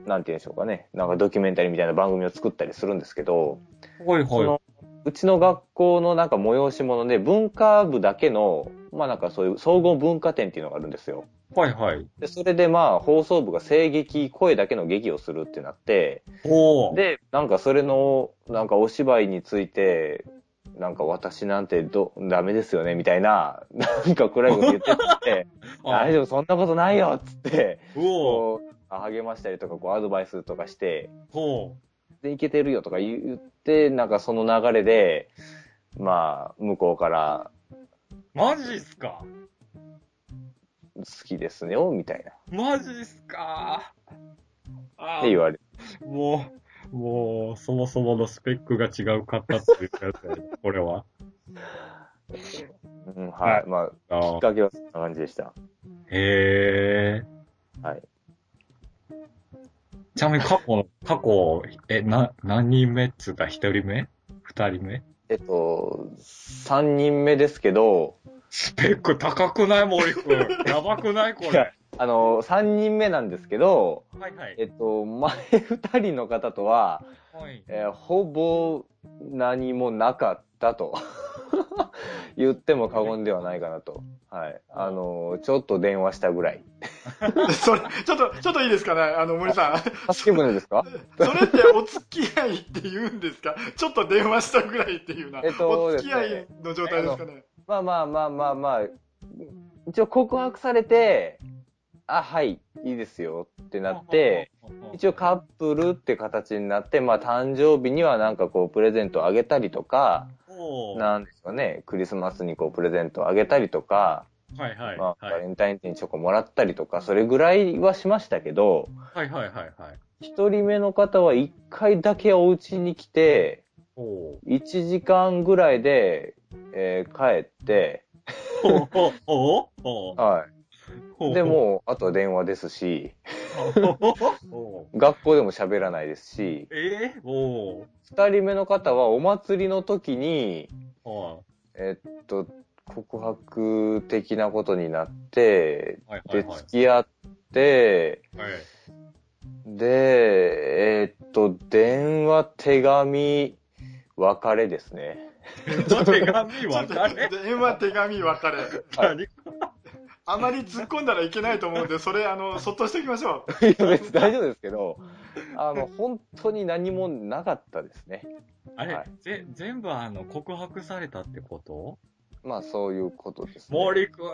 [SPEAKER 2] なんて言うんでしょうかね、なんかドキュメンタリーみたいな番組を作ったりするんですけど、
[SPEAKER 1] はい
[SPEAKER 2] そ
[SPEAKER 1] は
[SPEAKER 2] のうちの学校のなんか催し物で文化部だけの、まあなんかそういう総合文化展っていうのがあるんですよ。
[SPEAKER 1] い。はいはい。
[SPEAKER 2] で、それでまあ放送部が声劇、声だけの劇をするってなって、
[SPEAKER 1] おー。
[SPEAKER 2] で、なんかそれの、なんかお芝居について、なんか私なんてど、ダメですよね、みたいな、なんか暗いこと 言ってて、大
[SPEAKER 1] 夫。
[SPEAKER 2] 丈夫、そんなことないよ、っつ って、
[SPEAKER 1] おー。
[SPEAKER 2] こう、励ましたりとか、こう、アドバイスとかして、
[SPEAKER 1] おー。
[SPEAKER 2] で、いけてるよとか言って、なんかその流れで、まあ、向こうから、
[SPEAKER 1] マジっすか
[SPEAKER 2] 好きですよ、みたいな、っ
[SPEAKER 1] マジっすかあ
[SPEAKER 2] て言われて。
[SPEAKER 1] あ、もう、もう、そもそものスペックが違うかったっていうやつやなこれは。
[SPEAKER 2] うん、は。
[SPEAKER 1] はい
[SPEAKER 2] まあ、
[SPEAKER 1] あ
[SPEAKER 2] きっ
[SPEAKER 1] ー
[SPEAKER 2] かけはそんな感じでした。
[SPEAKER 1] へえ。
[SPEAKER 2] はい。
[SPEAKER 1] ちなみに過去の、過去、え、な、何人目っつうか、一人目二人目
[SPEAKER 2] えっと、3人目ですけど、
[SPEAKER 1] スペック高くない森くん。やばくないこ
[SPEAKER 2] いや
[SPEAKER 1] れ。
[SPEAKER 2] あの、3人目なんですけど、
[SPEAKER 1] はいはい。
[SPEAKER 2] えっと、前2人の方とは、
[SPEAKER 1] はい。
[SPEAKER 2] えーほぼ何もなかったと。 言っても過言ではないかなと。はい。あの、ちょっと電話したぐらい。
[SPEAKER 3] それ、ちょっと、ちょっといいですかね、あの、森さ
[SPEAKER 2] 助け舟ですか
[SPEAKER 3] ん。それってお付き合いって言うんですかちょっと電話したぐらいっていうな。
[SPEAKER 2] えっと
[SPEAKER 3] お付き合いの状態ですかね。
[SPEAKER 2] まあまあまあまあまあ、一応告白されて、あ、はい、いいですよってなって、、一応カップルって形になって、まあ誕生日にはなんかこうプレゼントあげたりとか、
[SPEAKER 1] 応は
[SPEAKER 2] なんですかね、クリスマスにこうプレゼントあげたりとか、
[SPEAKER 1] いはいはい。
[SPEAKER 2] ま
[SPEAKER 1] は
[SPEAKER 2] あバレンタインデーにチョコもらったりとか、それぐらいはしましたけど、
[SPEAKER 1] いはいはいはい。
[SPEAKER 2] 一人目の方は一回だけお家に来て、
[SPEAKER 1] おお
[SPEAKER 2] 1時間ぐらいで、えー帰って、
[SPEAKER 1] ーおーおー
[SPEAKER 2] は
[SPEAKER 1] お
[SPEAKER 2] い。
[SPEAKER 1] ー
[SPEAKER 2] で、もう、あとは電話ですし、
[SPEAKER 1] おー
[SPEAKER 2] 学校でも喋らないですし、
[SPEAKER 1] えー、お
[SPEAKER 2] 二人目の方はお祭りの時に、
[SPEAKER 1] お
[SPEAKER 2] えっと、告白的なことになって、
[SPEAKER 1] はいはい
[SPEAKER 2] で、
[SPEAKER 1] はい
[SPEAKER 2] 付き合って、
[SPEAKER 1] はい。
[SPEAKER 2] で、えっと、電話、手紙、別れですね。
[SPEAKER 1] ちょっと手紙
[SPEAKER 3] ちょっ
[SPEAKER 1] は
[SPEAKER 3] と
[SPEAKER 1] 誰
[SPEAKER 3] 電話、手紙、別れ。
[SPEAKER 1] 何
[SPEAKER 3] あまり突っ込んだらいけないと思うんで、それ、あの、そっとしておきましょう。
[SPEAKER 2] いや、別に大丈夫ですけど、あの、本当に何もなかったですね。
[SPEAKER 1] あれ、
[SPEAKER 2] はい
[SPEAKER 1] ぜ、全部あの、告白されたってこと
[SPEAKER 2] まあ、そういうことです、ね。
[SPEAKER 1] 森くん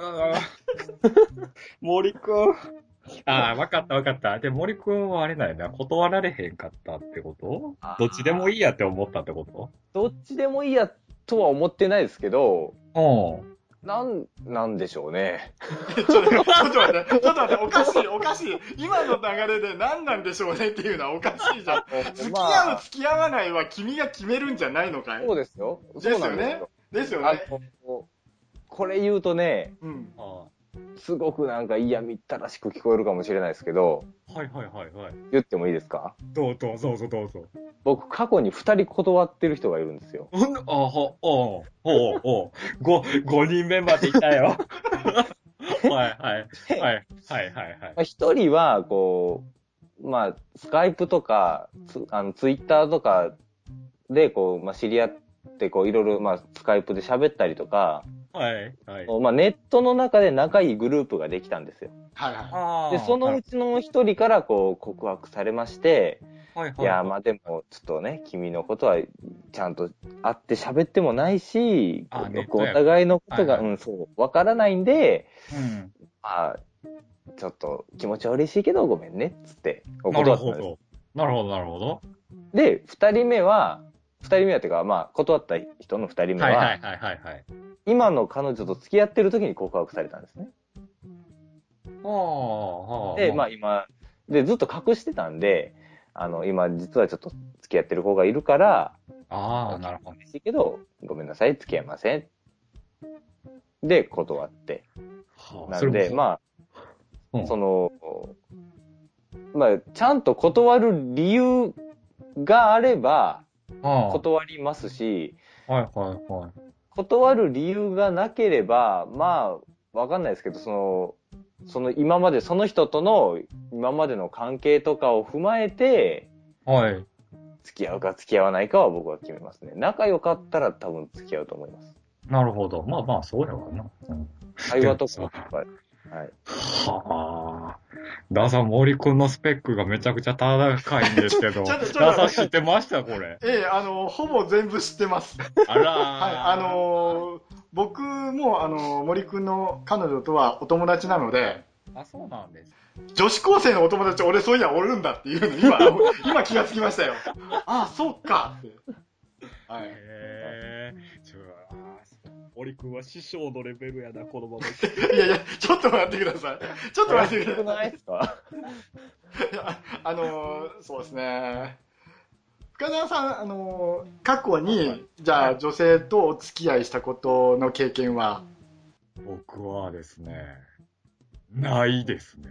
[SPEAKER 1] 森くんああ、わかったわかった。で、森くんはあれだよな、断られへんかったってこと
[SPEAKER 2] あー
[SPEAKER 1] どっちでもいいやって思ったってこ
[SPEAKER 2] どっちでもいいやとは思ってないですけど、
[SPEAKER 1] と
[SPEAKER 2] なん、なんでしょうね。
[SPEAKER 3] ちょっとちょっと待って、ちょっと待って、おかしい、おかしい。今の流れで何なんでしょうねっていうのはおかしいじゃん。付き合
[SPEAKER 2] ま
[SPEAKER 3] う、
[SPEAKER 2] あ、
[SPEAKER 3] 付き合わないは君が決めるんじゃないのかい
[SPEAKER 2] そうですよ。
[SPEAKER 3] です
[SPEAKER 2] そうな
[SPEAKER 3] よね
[SPEAKER 2] んですよ。
[SPEAKER 3] ですよ
[SPEAKER 2] あ
[SPEAKER 3] ね。
[SPEAKER 2] の、これ言うとね、
[SPEAKER 3] うん。
[SPEAKER 1] うん。あ
[SPEAKER 2] すごくなんか嫌みったらしく聞こえるかもしれないですけど、
[SPEAKER 1] あ。はいはいはいはい。
[SPEAKER 2] 言ってもいいですか
[SPEAKER 1] どうどうぞどうぞどうぞ。
[SPEAKER 2] 僕、過去に二人断ってる人がいるんですよ。
[SPEAKER 1] うん、あほ、おう、おう、おう。ご、五人目までいた よ。はいはい。はいはいはいはい
[SPEAKER 2] ま。あ一人は、こう、まあ、スカイプとか、ツあのツイッターとかで、こう、まあ、知り合って、こう、いろいろ、まあ、スカイプで喋ったりとか、
[SPEAKER 1] はいはい。
[SPEAKER 2] まあ、ネットの中で仲いいグループができたんですよ。
[SPEAKER 3] はいはい。
[SPEAKER 1] あ
[SPEAKER 2] で、そのうちの一人から、こう、告白されまして、
[SPEAKER 1] はいはい
[SPEAKER 2] や、まあでも、ちょっとね、君のことは、ちゃんと会って喋ってもないし、
[SPEAKER 1] あネット
[SPEAKER 2] お
[SPEAKER 1] や
[SPEAKER 2] 互いのことが、
[SPEAKER 1] はいは
[SPEAKER 2] うん、そう、わからないんで、
[SPEAKER 1] うん。
[SPEAKER 2] まあ、ちょっと気持ちは嬉しいけど、ごめんね、つって、お
[SPEAKER 1] な
[SPEAKER 2] 断
[SPEAKER 1] る
[SPEAKER 2] った
[SPEAKER 1] ほ
[SPEAKER 2] んです。
[SPEAKER 1] ど。なるほど、なるほど。
[SPEAKER 2] で、二人目は、二人目はっていうか、まあ、断った人の二人目は、
[SPEAKER 1] はいはいはいはいはい。
[SPEAKER 2] 今の彼女と付き合ってる時に告白されたんですね。
[SPEAKER 1] ああ、
[SPEAKER 2] で、まあ今、で、ずっと隠してたんで、あの、今、実はちょっと付き合ってる子がいるから、
[SPEAKER 1] あ。ああ、なるほど。
[SPEAKER 2] 嬉しいけど、ごめんなさい、付き合いません。で、断って。
[SPEAKER 1] はあ
[SPEAKER 2] なんで、まあ、
[SPEAKER 1] うん
[SPEAKER 2] その、まあ、ちゃんと断る理由があれば、
[SPEAKER 1] ああ
[SPEAKER 2] 断りますし、
[SPEAKER 1] はいはいはい。
[SPEAKER 2] 断る理由がなければ、まあ、わかんないですけど、その、その今まで、その人との今までの関係とかを踏まえて、
[SPEAKER 1] はい。
[SPEAKER 2] 付き合うか付き合わないかは僕は決めますね。仲良かったら多分付き合うと思います。
[SPEAKER 1] なるほど。まあまあ、そうやわな。うん
[SPEAKER 2] 会話とかもいっぱい。はい。
[SPEAKER 1] はあ。ダーさん、森くんのスペックがめちゃくちゃ高いんですけど。
[SPEAKER 3] ちょ
[SPEAKER 1] ダ
[SPEAKER 3] っとちょっと
[SPEAKER 1] ーさん知ってましたこれ。
[SPEAKER 3] ええ、あの、ほぼ全部知っ てます。
[SPEAKER 1] あらー。
[SPEAKER 3] はい、あのー僕も、あのー森くんの彼女とはお友達なので、
[SPEAKER 1] あ、そうなんです。
[SPEAKER 3] 女子高生のお友達、俺そういやおるんだっていうの、 今、今気がつきましたよ。ああ、そうかって。はい。
[SPEAKER 1] へえ。ちょあー森くんは師匠のレベルやな、このまま。
[SPEAKER 3] いやいや、ちょっと待ってください。ちょっと待って
[SPEAKER 2] よ
[SPEAKER 3] く
[SPEAKER 2] く
[SPEAKER 3] ださ
[SPEAKER 2] ない
[SPEAKER 3] い。
[SPEAKER 2] ですか
[SPEAKER 3] いや あのーそうですね。深澤さん、あのー過去に、じゃあ女性とお付き合いしたことの経験は、
[SPEAKER 1] 僕はですね、ないですね。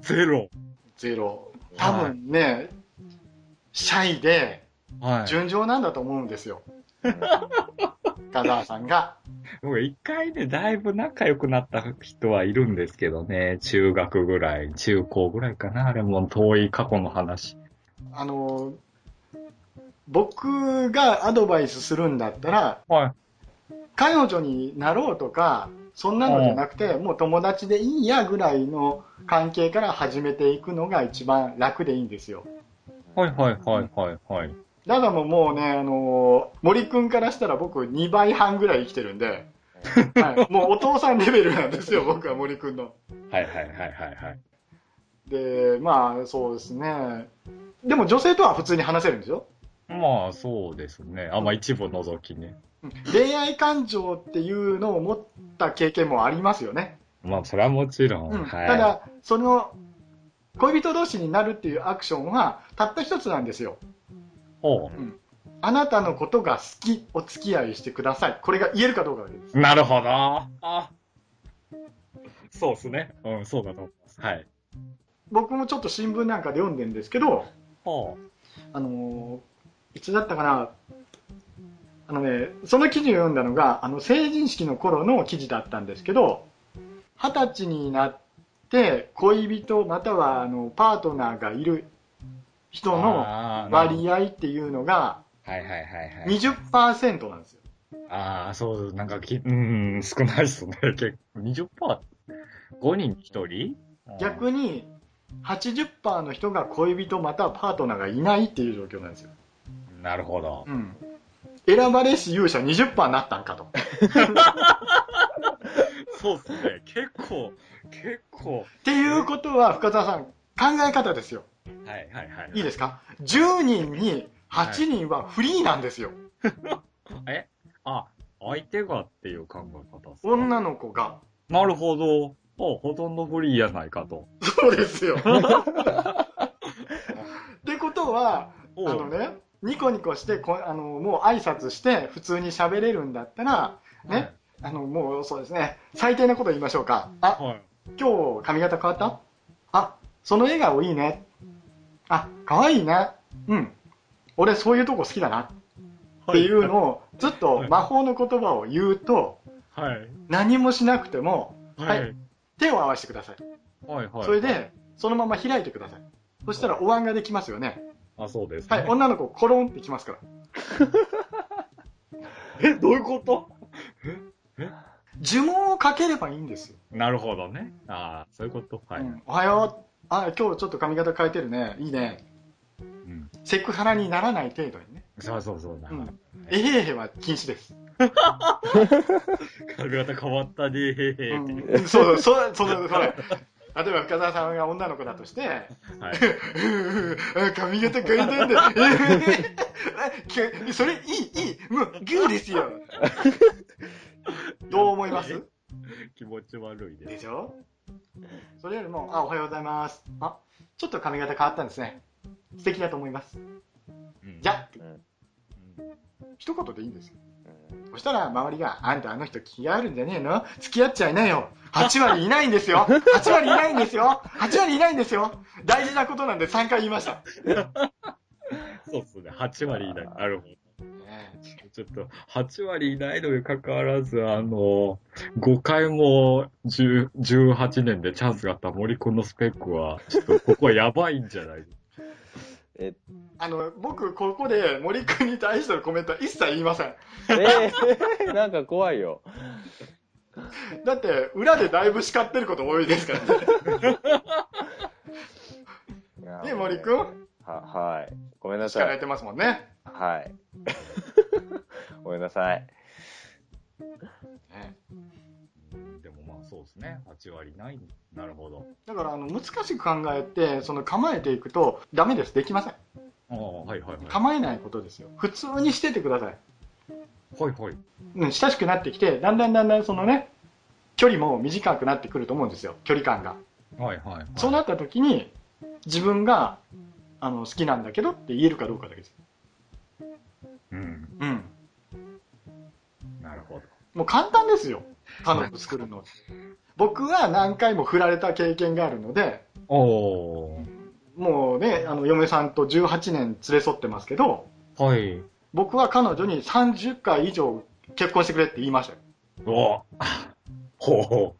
[SPEAKER 1] ゼロ。
[SPEAKER 3] ゼロ。多分ね、シャイで、
[SPEAKER 1] はい。
[SPEAKER 3] 純情なんだと思うんですよ、
[SPEAKER 2] うん
[SPEAKER 3] 深澤さんが。
[SPEAKER 1] 僕一回でだいぶ仲良くなった人はいるんですけどね。中学ぐらい、中高ぐらいかな。あれも遠い過去の話。
[SPEAKER 3] あの僕がアドバイスするんだったら、
[SPEAKER 1] はい。
[SPEAKER 3] 彼女になろうとか、そんなのじゃなくて、もう友達でいいやぐらいの関係から始めていくのが一番楽でいいんですよ。
[SPEAKER 1] はいはいはいはいはい。
[SPEAKER 3] ただもうもうね、あのー森くんからしたら僕2倍半ぐらい生きてるんで、 はい、もうお父さんレベルなんですよ、僕は森くんの。
[SPEAKER 1] はいはいはいはいはい。
[SPEAKER 3] で、まあそうですね。でも女性とは普通に話せるんですよ。
[SPEAKER 1] まあそうですね。あ、まあ一部除きね。
[SPEAKER 3] うん恋愛感情っていうのを持った経験もありますよね。
[SPEAKER 1] まあそれはもちろん。
[SPEAKER 3] うん
[SPEAKER 1] はい。
[SPEAKER 3] ただ、その恋人同士になるっていうアクションはたった一つなんですよ。
[SPEAKER 1] ほ
[SPEAKER 3] あなたのことが好き、お付き合いしてください。これが言えるかどうかだけです。
[SPEAKER 1] う。なるほど。あそうですね。うん、そうだと思います。はい。
[SPEAKER 3] 僕もちょっと新聞なんかで読んでんですけど、
[SPEAKER 1] ほ
[SPEAKER 3] あのーいつだったかな、あのね、その記事を読んだのが、あの成人式の頃の記事だったんですけど、二十歳になって恋人またはあのパートナーがいる
[SPEAKER 1] う。
[SPEAKER 3] 人の
[SPEAKER 1] あーなるほど
[SPEAKER 3] 割合っていうのが
[SPEAKER 1] はいはいはいはい。
[SPEAKER 3] 20%なんですよ。
[SPEAKER 1] ああ、そう、なんかき、うん、少ないっすね。 結構、20%。5人に1人
[SPEAKER 3] 逆に80%の人が恋人またはパートナーがいないっていう状況なんですよ。
[SPEAKER 1] うんなるほど。
[SPEAKER 3] うん、選ばれし勇者20%になったんかと。
[SPEAKER 1] そうですね。結構、結構。
[SPEAKER 3] っていうことは深澤さん考え方ですよ
[SPEAKER 1] はいはいはい。
[SPEAKER 3] いいですか10人に8人はフリーなんですよ、
[SPEAKER 1] えあ、相手がっていう考え方っすね
[SPEAKER 3] 女の子が
[SPEAKER 1] なるほど。ほうほとんどフリーやないかと。
[SPEAKER 3] そうです よってことはあ
[SPEAKER 1] おう
[SPEAKER 3] のねニコニコしてこあのもう挨拶して普通に喋れるんだったらね、
[SPEAKER 1] はい
[SPEAKER 3] あのもうそうですね最低なこと言いましょうかあ
[SPEAKER 1] はい。
[SPEAKER 3] 今日髪型変わったあその笑顔いいねあ可愛いねうん俺そういうとこ好きだなっていうのをずっと魔法の言葉を言うと
[SPEAKER 1] はい。
[SPEAKER 3] 何もしなくても
[SPEAKER 1] はい。
[SPEAKER 3] はい手を合わせてください
[SPEAKER 1] はい。はい。
[SPEAKER 3] それ、でそのまま開いてくださいそしたらお椀ができますよね
[SPEAKER 1] あ、そうです、
[SPEAKER 3] はい女の子コロンってきますから
[SPEAKER 1] え、どういうこと
[SPEAKER 3] 呪文をかければいいんですよ、
[SPEAKER 1] なるほどね。ああ、そういうこと。はい。
[SPEAKER 3] うんおはようあ今日ちょっと髪型変えてるねいいね
[SPEAKER 1] うん。
[SPEAKER 3] セクハラにならない程度にね、
[SPEAKER 1] そうそうそう。な
[SPEAKER 3] う
[SPEAKER 1] るほど
[SPEAKER 3] ん、えへへは禁止です
[SPEAKER 1] 髪型変わったねーっていう。
[SPEAKER 3] うんそうそう、そう、そう、それ。例えば深澤さんが女の子だとして、
[SPEAKER 1] はい。
[SPEAKER 3] あ髪型変えたんだ。けそれいい、いい、もう、グーですよ。どう思います
[SPEAKER 1] 気持ち悪いで。
[SPEAKER 3] ですしょそれよりも、あ、おはようございます。あ、ちょっと髪型変わったんですね。素敵だと思います。
[SPEAKER 1] うん
[SPEAKER 3] じゃ
[SPEAKER 2] うん
[SPEAKER 1] うん
[SPEAKER 3] あ、一言でいいんですよ。そしたら周りが、あんたあの人気があるんじゃねえの付き合っちゃいなよ。8割いないんですよ。8割いないんですよ。8割いないんですよ。大事なことなんで3回言いました。
[SPEAKER 1] そうっすね。8割いない。なるほど。
[SPEAKER 3] ねえ
[SPEAKER 1] ちょっと、8割いないのに関わらず、あの、5回も10 18年でチャンスがあった森君のスペックは、ちょっとここはやばいんじゃない
[SPEAKER 3] あの、僕、ここで森君に対してのコメントは一切言いません。
[SPEAKER 2] えー、なんか怖いよ。
[SPEAKER 3] だって、裏でだいぶ叱ってること多いですからね。ね森くん
[SPEAKER 2] は、はい。ごめんな
[SPEAKER 3] 叱ら
[SPEAKER 2] さ
[SPEAKER 3] れ
[SPEAKER 2] い。
[SPEAKER 3] てますもんね。
[SPEAKER 2] はい。 ごめんなさい。
[SPEAKER 3] ね
[SPEAKER 1] でもまあそうですね。8割いない。なるほど。
[SPEAKER 3] だから、あの、難しく考えて、その構えていくと、ダメです。できません。
[SPEAKER 1] ああ、はいはいはい。
[SPEAKER 3] 構えないことですよ。普通にしててください。
[SPEAKER 1] はいはい。
[SPEAKER 3] うん、親しくなってきて、だんだんだんだんそのね、距離も短くなってくると思うんですよ、距離感が。
[SPEAKER 1] はいはい、はい。
[SPEAKER 3] そうなった時に、自分が、あの、好きなんだけどって言えるかどうかだけです。
[SPEAKER 1] うん。
[SPEAKER 3] うん。
[SPEAKER 1] なるほど。
[SPEAKER 3] もう簡単ですよ、彼女作るの。僕は何回も振られた経験があるので、
[SPEAKER 1] お
[SPEAKER 3] もうね、あの、嫁さんと18年連れ添ってますけど、
[SPEAKER 1] ー。はい。
[SPEAKER 3] 僕は彼女に30回以上結婚してくれって言いましたよ。
[SPEAKER 1] おあほうほ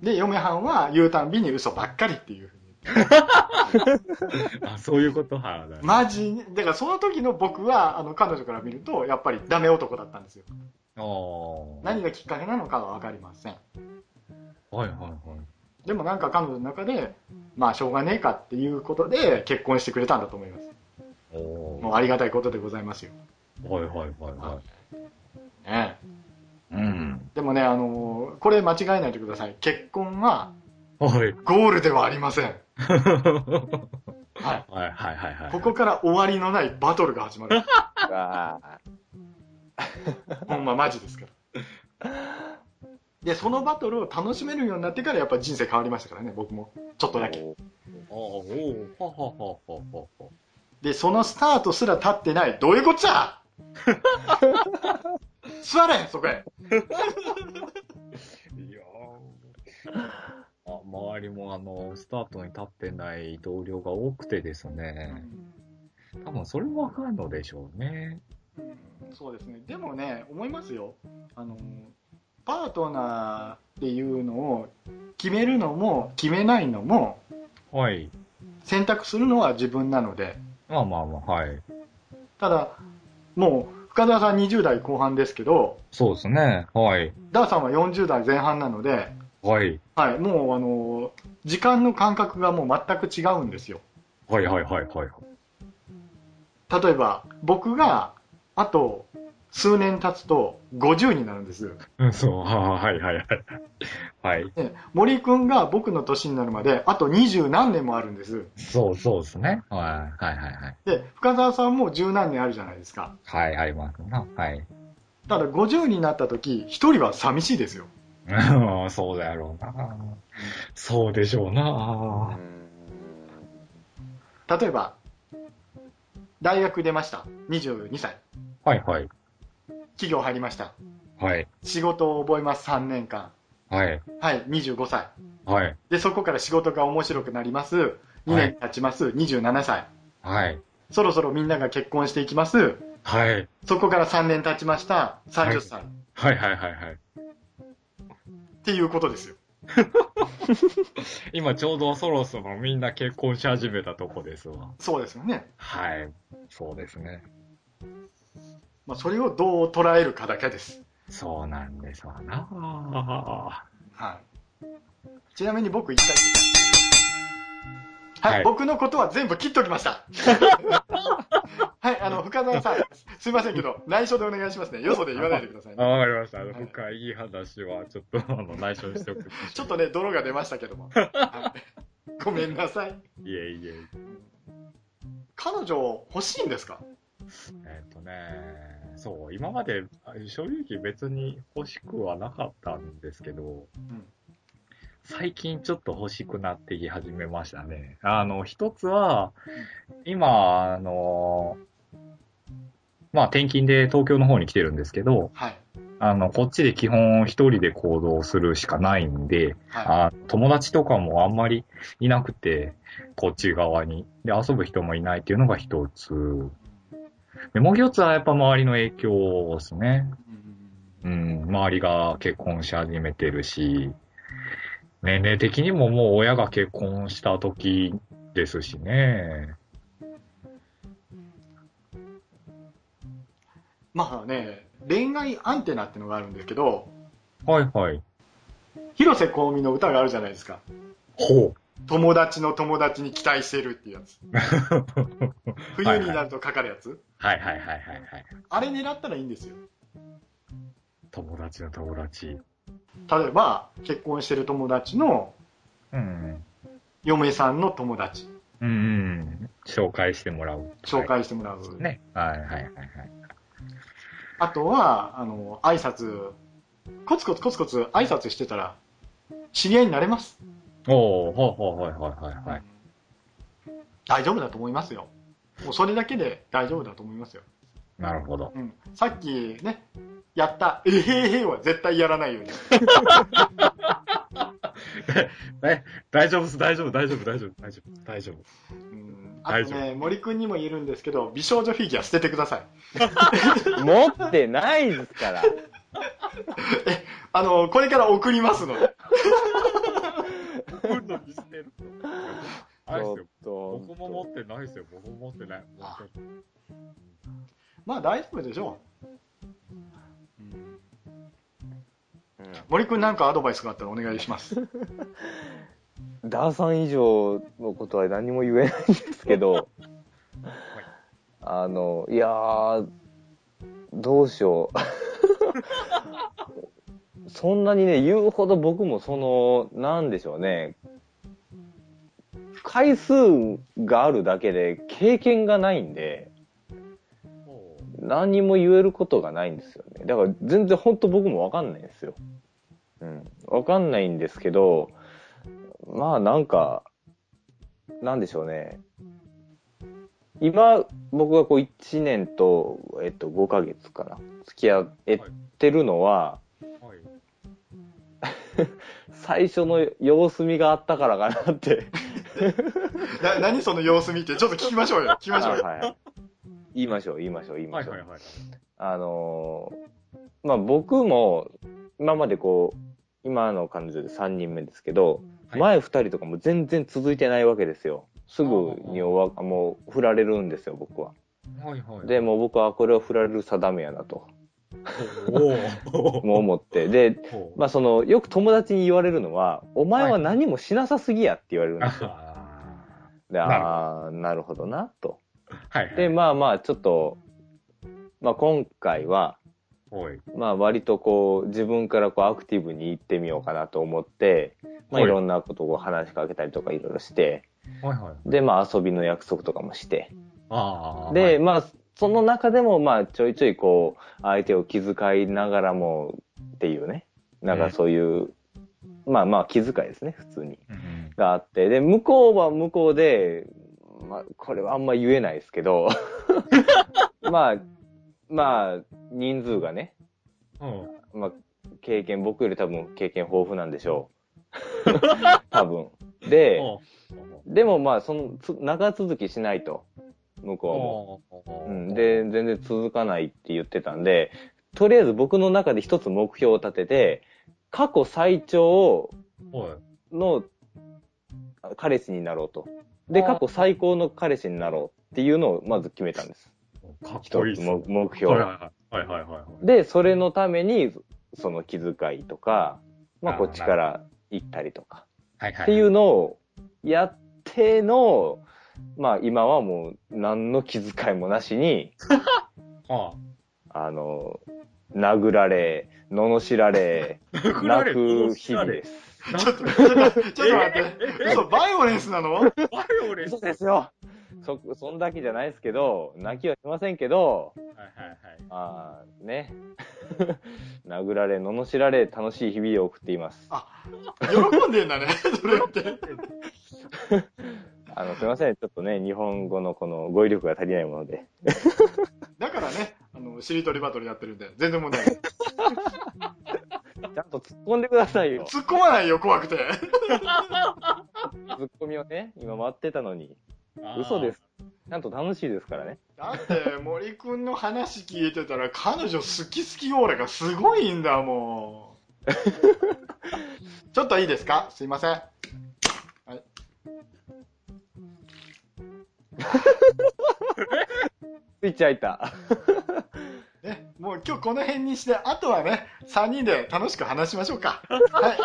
[SPEAKER 3] で、嫁はんは言うたんびに嘘ばっかりっていうふうに言って。
[SPEAKER 1] あ、そういうことは。なるほど
[SPEAKER 3] マジにだからその時の僕はあの彼女から見るとやっぱりダメ男だったんですよ
[SPEAKER 1] ああ。
[SPEAKER 3] 何がきっかけなのかは分かりません
[SPEAKER 1] はいはいはい。
[SPEAKER 3] でもなんか彼女の中でまあしょうがねえかっていうことで結婚してくれたんだと思います
[SPEAKER 1] おお
[SPEAKER 3] もうありがたいことでございますよ、
[SPEAKER 1] ー。はいはいはいは
[SPEAKER 3] ね、
[SPEAKER 1] い。うん。
[SPEAKER 3] でもねあのーこれ間違えないでください結婚は
[SPEAKER 1] はい。
[SPEAKER 3] ゴールではありません
[SPEAKER 1] は
[SPEAKER 3] はい
[SPEAKER 1] いはいはいはい。
[SPEAKER 3] ここから終わりのないバトルが始 まる
[SPEAKER 2] ああ。
[SPEAKER 3] ほんまマジですからでそのバトルを楽しめるようになってからやっぱ人生変わりましたからね僕もちょっとだけ
[SPEAKER 1] あーおーはははははは。
[SPEAKER 3] で、そのスタートすら立ってない。どういうこっちゃ座れそこへ。
[SPEAKER 1] いやーあ周りもあの、スタートに立ってない同僚が多くてですね、多分それもわかるのでしょうね。
[SPEAKER 3] そうですね。でもね、思いますよ。あの、パートナーっていうのを決めるのも決めないのも
[SPEAKER 1] はい。
[SPEAKER 3] 選択するのは自分なので。
[SPEAKER 1] まあまあまあ、はい。
[SPEAKER 3] ただ、もう深澤さん20代後半ですけど、
[SPEAKER 1] そうですね。はい。
[SPEAKER 3] ダーさんは40代前半なので、
[SPEAKER 1] はい。
[SPEAKER 3] はい、もうあの、時間の感覚がもう全く違うんですよ。
[SPEAKER 1] はいはいはいはい。
[SPEAKER 3] 例えば僕があと数年経つと50になるんです、
[SPEAKER 1] うん、そう、ははいはいはい。はい。
[SPEAKER 3] ね、森君が僕の年になるまであと20何年もあるんです
[SPEAKER 1] そうそうですね。はいはいはいはい。
[SPEAKER 3] で深澤さんも十何年あるじゃないですか
[SPEAKER 1] はい、ありますな。はい。
[SPEAKER 3] ただ50になった時一人は寂しいですよ
[SPEAKER 1] うん そうだろうな。そうでしょうな。
[SPEAKER 3] 例えば大学出ました22歳
[SPEAKER 1] はいはい。
[SPEAKER 3] 企業入りました
[SPEAKER 1] はい。
[SPEAKER 3] 仕事を覚えます3年間
[SPEAKER 1] はい。
[SPEAKER 3] はい25歳
[SPEAKER 1] はい。
[SPEAKER 3] でそこから仕事が面白くなります2年経ちます、27歳
[SPEAKER 1] はい。
[SPEAKER 3] そろそろみんなが結婚していきます
[SPEAKER 1] はい。
[SPEAKER 3] そこから3年経ちました、30歳、っ
[SPEAKER 1] はいはいはいはい。
[SPEAKER 3] ていうことですよ。
[SPEAKER 1] 今ちょうどそろそろみんな結婚し始めたとこですわ。
[SPEAKER 3] そうですよね。
[SPEAKER 1] はい。そうですね。
[SPEAKER 3] まあ、それをどう捉えるかだけです。
[SPEAKER 1] そうなんですわな。
[SPEAKER 3] はい。ちなみに僕一回聞いた。はい、
[SPEAKER 1] はい
[SPEAKER 3] 僕のことは全部切っておき ました。はい、あの、深澤さん、すいませんけど、内緒でお願いしますね。よそで言わないでください
[SPEAKER 1] あ
[SPEAKER 3] ね。
[SPEAKER 1] わかりました。
[SPEAKER 3] い
[SPEAKER 1] 深いいい話は、ちょっと、あの、内緒にしておくと。
[SPEAKER 3] ちょっとね、泥が出ましたけども。はいごめんなさい。
[SPEAKER 1] いえいえ。
[SPEAKER 3] 彼女欲しいんですか
[SPEAKER 1] えっ、とね、そう、今まで、正直別に欲しくはなかったんですけど、
[SPEAKER 3] ん
[SPEAKER 1] 最近ちょっと欲しくなってき始めましたね。あの、一つは、今、あの、まあ、転勤で東京の方に来てるんですけど、
[SPEAKER 3] はい。
[SPEAKER 1] あの、こっちで基本一人で行動するしかないんで、
[SPEAKER 3] はい。
[SPEAKER 1] あ友達とかもあんまりいなくて、こっち側に。で、遊ぶ人もいないっていうのが一つ。で、もう一つはやっぱ周りの影響ですね。
[SPEAKER 3] うん
[SPEAKER 1] うん、周りが結婚し始めてるし、年齢的にももう親が結婚した時ですしね。
[SPEAKER 3] まあね、恋愛アンテナってのがあるんですけど、
[SPEAKER 1] はいはい。
[SPEAKER 3] 広瀬香美の歌があるじゃないですか。
[SPEAKER 1] ほう。
[SPEAKER 3] 友達の友達に期待してるっていうや つ。冬になるとかかるやつ。
[SPEAKER 1] はいはいはいはいはい。
[SPEAKER 3] あれ狙ったらいいんですよ。
[SPEAKER 1] 友達の友達。
[SPEAKER 3] 例えば、結婚してる友達の
[SPEAKER 1] うん。
[SPEAKER 3] 嫁さんの友達、
[SPEAKER 1] うんうん。紹介してもらう。
[SPEAKER 3] 紹介してもらう。
[SPEAKER 1] ね。はいはいはいはい。
[SPEAKER 3] あとは、あの、挨拶、コツコツコツコツ挨拶してたら、知り合いになれます。
[SPEAKER 1] おおはいはいはいはいはい。
[SPEAKER 3] 大丈夫だと思いますよ。もうそれだけで大丈夫だと思いますよ。
[SPEAKER 1] なるほど。
[SPEAKER 3] うん。さっきね、やった、えへへへは絶対やらないように。
[SPEAKER 1] 大丈夫です、大丈夫、大丈夫、大丈夫、大丈夫、大丈夫。
[SPEAKER 3] うんあと
[SPEAKER 1] 大
[SPEAKER 3] ね、森くんにも言えるんですけど、美少女フィギュア捨ててください。
[SPEAKER 2] 持ってないですから。
[SPEAKER 3] あの、これから送りますので。
[SPEAKER 1] 来るのに捨てるないです
[SPEAKER 2] ょ
[SPEAKER 1] よ
[SPEAKER 2] っ。と。
[SPEAKER 1] 僕も持ってないですよ。僕も持ってない。
[SPEAKER 3] あ まあ大丈夫でしょ
[SPEAKER 1] うん
[SPEAKER 3] う。森くんなんかアドバイスがあったらお願いします。
[SPEAKER 2] うんダーさん以上のことは何も言えないんですけど、あの、いやー、どうしよう。 そんなにね、言うほど僕もその、なんでしょうね、回数があるだけで経験がないんで、
[SPEAKER 1] も
[SPEAKER 2] 何にも言えることがないんですよね。だから全然本当僕もわかんないんですよ。うん。わかんないんですけど、まあなんか、なんでしょうね。今、僕がこう1年と、えっと、5ヶ月かな。付き合えてるのは、
[SPEAKER 1] うはい。
[SPEAKER 2] 最初の様子見があったからかなって。
[SPEAKER 3] な何その様子見て、ちょっと聞きましょうよ。聞きま しょうよ。
[SPEAKER 2] あはい。言いましょう、言いましょう、言いま
[SPEAKER 1] は
[SPEAKER 2] し
[SPEAKER 1] い
[SPEAKER 2] ょう
[SPEAKER 1] は。いはい。
[SPEAKER 2] あのーまあ僕も、今までこう、今の彼女で3人目ですけど、
[SPEAKER 1] はい
[SPEAKER 2] 前2人とかも全然続いてないわけですよ。すぐにおわもう振られるんですよ、僕は。
[SPEAKER 1] はいはい。
[SPEAKER 2] で、もう僕はこれは振られる定めやなと、
[SPEAKER 1] おー、おー
[SPEAKER 2] もう思って。で、
[SPEAKER 1] おー。
[SPEAKER 2] まあその、よく友達に言われるのは、お前は何もしなさすぎやって言われるんですよ。
[SPEAKER 1] あ
[SPEAKER 2] で、ああ、なるほどな、と。
[SPEAKER 1] ーはいはい。
[SPEAKER 2] で、まあまあ、ちょっと、まあ今回は、
[SPEAKER 1] はい。
[SPEAKER 2] まあ割とこう自分からこうアクティブに行ってみようかなと思って、ま
[SPEAKER 1] は
[SPEAKER 2] あ、
[SPEAKER 1] い
[SPEAKER 2] いろんなことを話しかけたりとかいろいろして、
[SPEAKER 1] はいはい。
[SPEAKER 2] でまあ遊びの約束とかもして、
[SPEAKER 1] ああ。
[SPEAKER 2] で、
[SPEAKER 1] はい、
[SPEAKER 2] まあその中でもまあちょいちょいこう相手を気遣いながらもっていうね、なんかそういう、まあまあ気遣いですね、普通に。
[SPEAKER 1] うん
[SPEAKER 2] があって、で、向こうは向こうで、まあ、これはあんま言えないです けど、まあ、まあ、人数がね、
[SPEAKER 1] うん。うん
[SPEAKER 2] まあ、経験、僕より多分経験豊富なんでしょ う。多分。で、でもまあ、その、つ長続きしないと、向こうも。う
[SPEAKER 1] うん
[SPEAKER 2] ん、、で、全然続かないって言ってたんで、とりあえず僕の中で一つ目標を立てて、過去最長
[SPEAKER 1] はい。
[SPEAKER 2] のあ彼氏になろうと。で、
[SPEAKER 1] あー
[SPEAKER 2] 過去最高の彼氏になろうっていうのをまず決めたんです。
[SPEAKER 1] かっ
[SPEAKER 2] 一
[SPEAKER 1] こいいっ
[SPEAKER 2] つ
[SPEAKER 1] す
[SPEAKER 2] 目
[SPEAKER 1] ね。
[SPEAKER 2] 目
[SPEAKER 1] はい
[SPEAKER 2] 標。
[SPEAKER 1] はいはいはいはいはい。
[SPEAKER 2] で、それのために、その気遣いとか、まあ、
[SPEAKER 1] あー
[SPEAKER 2] こっちから行ったりとか、
[SPEAKER 1] はいは
[SPEAKER 2] っていうのをやっての、まあ、今はもう、何の気遣いもなしに、
[SPEAKER 1] あ
[SPEAKER 2] あの、殴られ、罵られ、
[SPEAKER 1] あ。。
[SPEAKER 2] 泣く日々ですす。
[SPEAKER 3] ちょっと、ちょっと、ちょっと待って。
[SPEAKER 1] え
[SPEAKER 3] 嘘、バイオレンスなの
[SPEAKER 1] えバイオレンス。
[SPEAKER 2] そうですよそ、そんだけじゃないですけど、泣きはしませんけど、
[SPEAKER 1] はいはいはい。
[SPEAKER 2] まあ、ね。 殴られ、罵られ、楽しい日々を送っています。
[SPEAKER 3] 喜んでんだね、 それって。
[SPEAKER 2] あの、すいません。ちょっとね、日本語のこの語彙力が足りないもので。
[SPEAKER 3] だからね、あの、しりとりバトルやってるんで、全然問題 ない。
[SPEAKER 2] ちゃんと突っ込んでくださいよ。
[SPEAKER 3] 突っ込まないよ、怖くて。
[SPEAKER 2] 突っ込みをね、今待ってたのに。
[SPEAKER 1] あー
[SPEAKER 2] 嘘です。。ちゃんと楽しいですからね。
[SPEAKER 3] だって、森くんの話聞いてたら、彼女好き好きオーラがすごいんだもん。ちょっといいですかすいません。はい。
[SPEAKER 2] スイッチ開いた。
[SPEAKER 3] ね、もう今日この辺にして、あとはね、3人で楽しく話しましょうか。はい。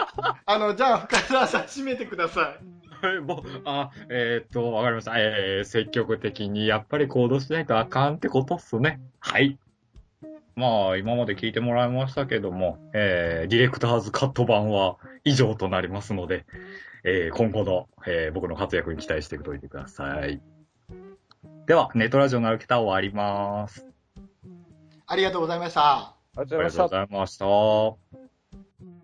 [SPEAKER 3] あの、じゃあ、深澤さん、締めてください。
[SPEAKER 1] えもう、あ、えーっと、わかりました。えー、積極的にやっぱり行動しないとあかんってことっすね。はい。まあ、今まで聞いてもらいましたけども、えー、ディレクターズカット版は以上となりますので、えー、今後の、えー、僕の活躍に期待しておいてください。では、ネットラジオの歩き方終わります。
[SPEAKER 3] ありがとうございました。
[SPEAKER 2] ありがと
[SPEAKER 1] あり
[SPEAKER 2] うご
[SPEAKER 1] が
[SPEAKER 2] ざい
[SPEAKER 1] とう
[SPEAKER 2] ま
[SPEAKER 1] ご
[SPEAKER 2] した。
[SPEAKER 1] ざいました。